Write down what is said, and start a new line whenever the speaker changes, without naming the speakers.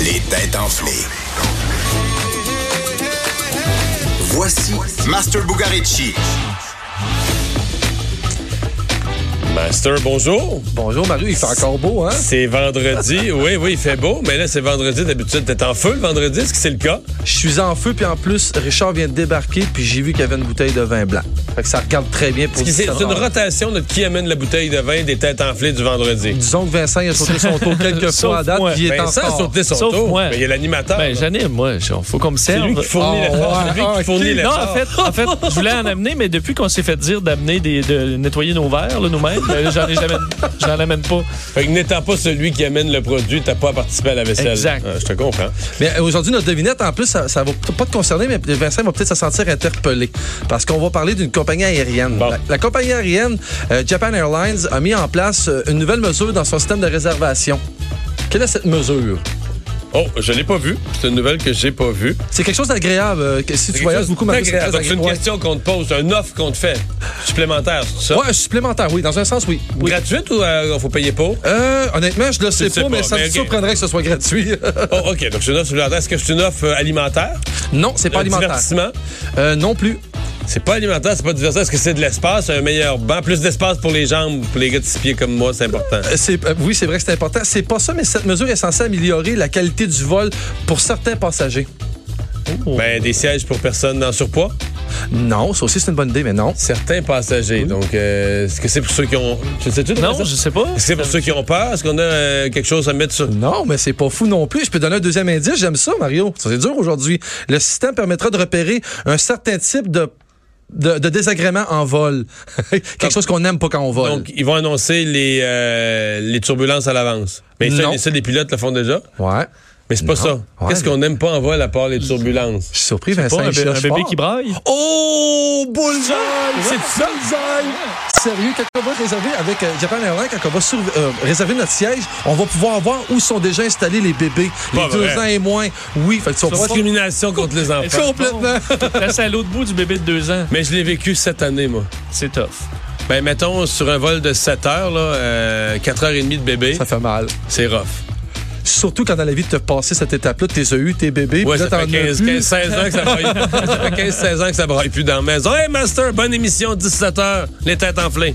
Les têtes enflées. Voici Master Bugarici.
Master, bonjour.
Bonjour Marie, il fait encore beau, hein?
C'est vendredi. Oui, oui, il fait beau, mais là, c'est vendredi. D'habitude, t'es en feu le vendredi, est-ce que c'est le cas?
Je suis en feu, puis en plus, Richard vient de débarquer, puis j'ai vu qu'il y avait une bouteille de vin blanc. Fait que ça regarde très bien pour
Parce que C'est c'est une
rote.
rotation de qui amène la bouteille de vin des têtes enflées du vendredi. Ben,
Disons que Vincent il a sauté son tour quelques
Sauf
fois à date,
moi.
puis il est en
Vincent a
retard.
sauté son
Sauf
tour.
moi.
Mais il y a l'animateur.
Ben,
là.
j'anime, moi. Il faut qu'on me
c'est
serve. Ah.
lui qui fournit
Oh,
l'effort. C'est lui
ouais,
qui fournit
ok.
l'effort.
non, en fait, en fait, je voulais en amener, mais depuis qu'on s'est fait dire d'amener des, de nettoyer nos verres, là, nous-mêmes, ben là, j'en ai jamais, j'en amène pas.
Fait que n'étant pas celui qui amène le produit, t'as pas à participer à la vaisselle.
Exact.
Ah, je te comprends.
Mais aujourd'hui, notre devinette, en plus, ça, ça va peut-être pas te concerner, mais Vincent va peut-être se sentir interpellé. Parce qu'on va parler d'une compagnie aérienne.
Bon.
La, la compagnie aérienne, euh, Japan Airlines, a mis en place euh, une nouvelle mesure dans son système de réservation. Quelle est cette mesure?
Oh, je l'ai pas vu. C'est une nouvelle que j'ai pas vue.
C'est quelque chose d'agréable. euh, que si tu
C'est
voyages
quelque
beaucoup,
chose
Marie, c'est
d'agréable.
très
Donc, c'est une
agréable.
question qu'on te pose, une offre qu'on te fait supplémentaire, c'est ça?
Ouais, ouais, supplémentaire, oui. Dans un sens, oui. Oui.
Gratuite ou euh, faut payer pour?
Euh, honnêtement, je le sais
le sais
pas, mais
pas,
ça
mais
me
ok.
surprendrait que ce soit gratuit.
Oh, OK. Donc, c'est une offre supplémentaire. Est-ce que c'est une offre euh, alimentaire?
non, c'est pas
Un
alimentaire.
Divertissement?
Euh, non plus.
C'est pas alimentaire, c'est pas divertissant. Est-ce que c'est de l'espace, un meilleur banc, plus d'espace pour les jambes, pour les gars de six pieds comme moi, c'est important.
Euh, C'est, euh, oui, c'est vrai que c'est important. C'est pas ça, mais cette mesure est censée améliorer la qualité du vol pour certains passagers. Oh.
Ben, des sièges pour personnes en surpoids?
Non, ça aussi, c'est une bonne idée, mais non.
Certains passagers. Donc, euh, est-ce que c'est pour ceux qui ont. Tu sais-tu, toi,
Non,
ça?
je sais pas.
Est-ce que c'est pour ceux qui ont peur? Est-ce qu'on a euh, quelque chose à mettre sur.
Non, mais c'est pas fou non plus. Je peux donner un deuxième indice. J'aime ça, Mario. Ça, C'est dur aujourd'hui. Le système permettra de repérer un certain type de, de, de désagrément en vol. Quelque chose qu'on n'aime pas quand on vole.
Donc, ils vont annoncer les, euh, les turbulences à l'avance. Mais ça,
Non.
ça, les pilotes le font déjà.
ouais.
Mais c'est pas
Non.
ça.
Ouais,
Qu'est-ce
mais-
qu'on n'aime pas en vol à part les turbulences?
Je suis surpris,
Pas
Vincent.
un,
il
bé- un
cherche
bébé
fort.
qui braille.
Oh, bullseye!
C'est ça?
Sérieux, quand on va réserver avec euh, Japan Airlines, quand on va sur- euh, réserver notre siège, on va pouvoir voir où sont déjà installés les bébés.
Pas
les deux
vrai.
ans et moins. Oui, fait que tu vas pouvoir-
Discrimination contre les enfants.
complètement.
Place à l'autre bout du bébé de deux ans.
Mais je l'ai vécu cette année, moi.
C'est tough.
Ben, mettons, sur un vol de 7 heures, là, euh, 4h30 de bébé,
Ça fait mal.
c'est rough.
Surtout quand dans la vie de te passer cette étape-là, t'es eu tes bébés,
Ouais,
puis là,
ça fait
t'en as
15,
plus.
15, 16 ans que ça braille. ça fait 15, 16 ans que ça braille plus dans la maison. Hey, Master, bonne émission, 17h, les têtes enflées.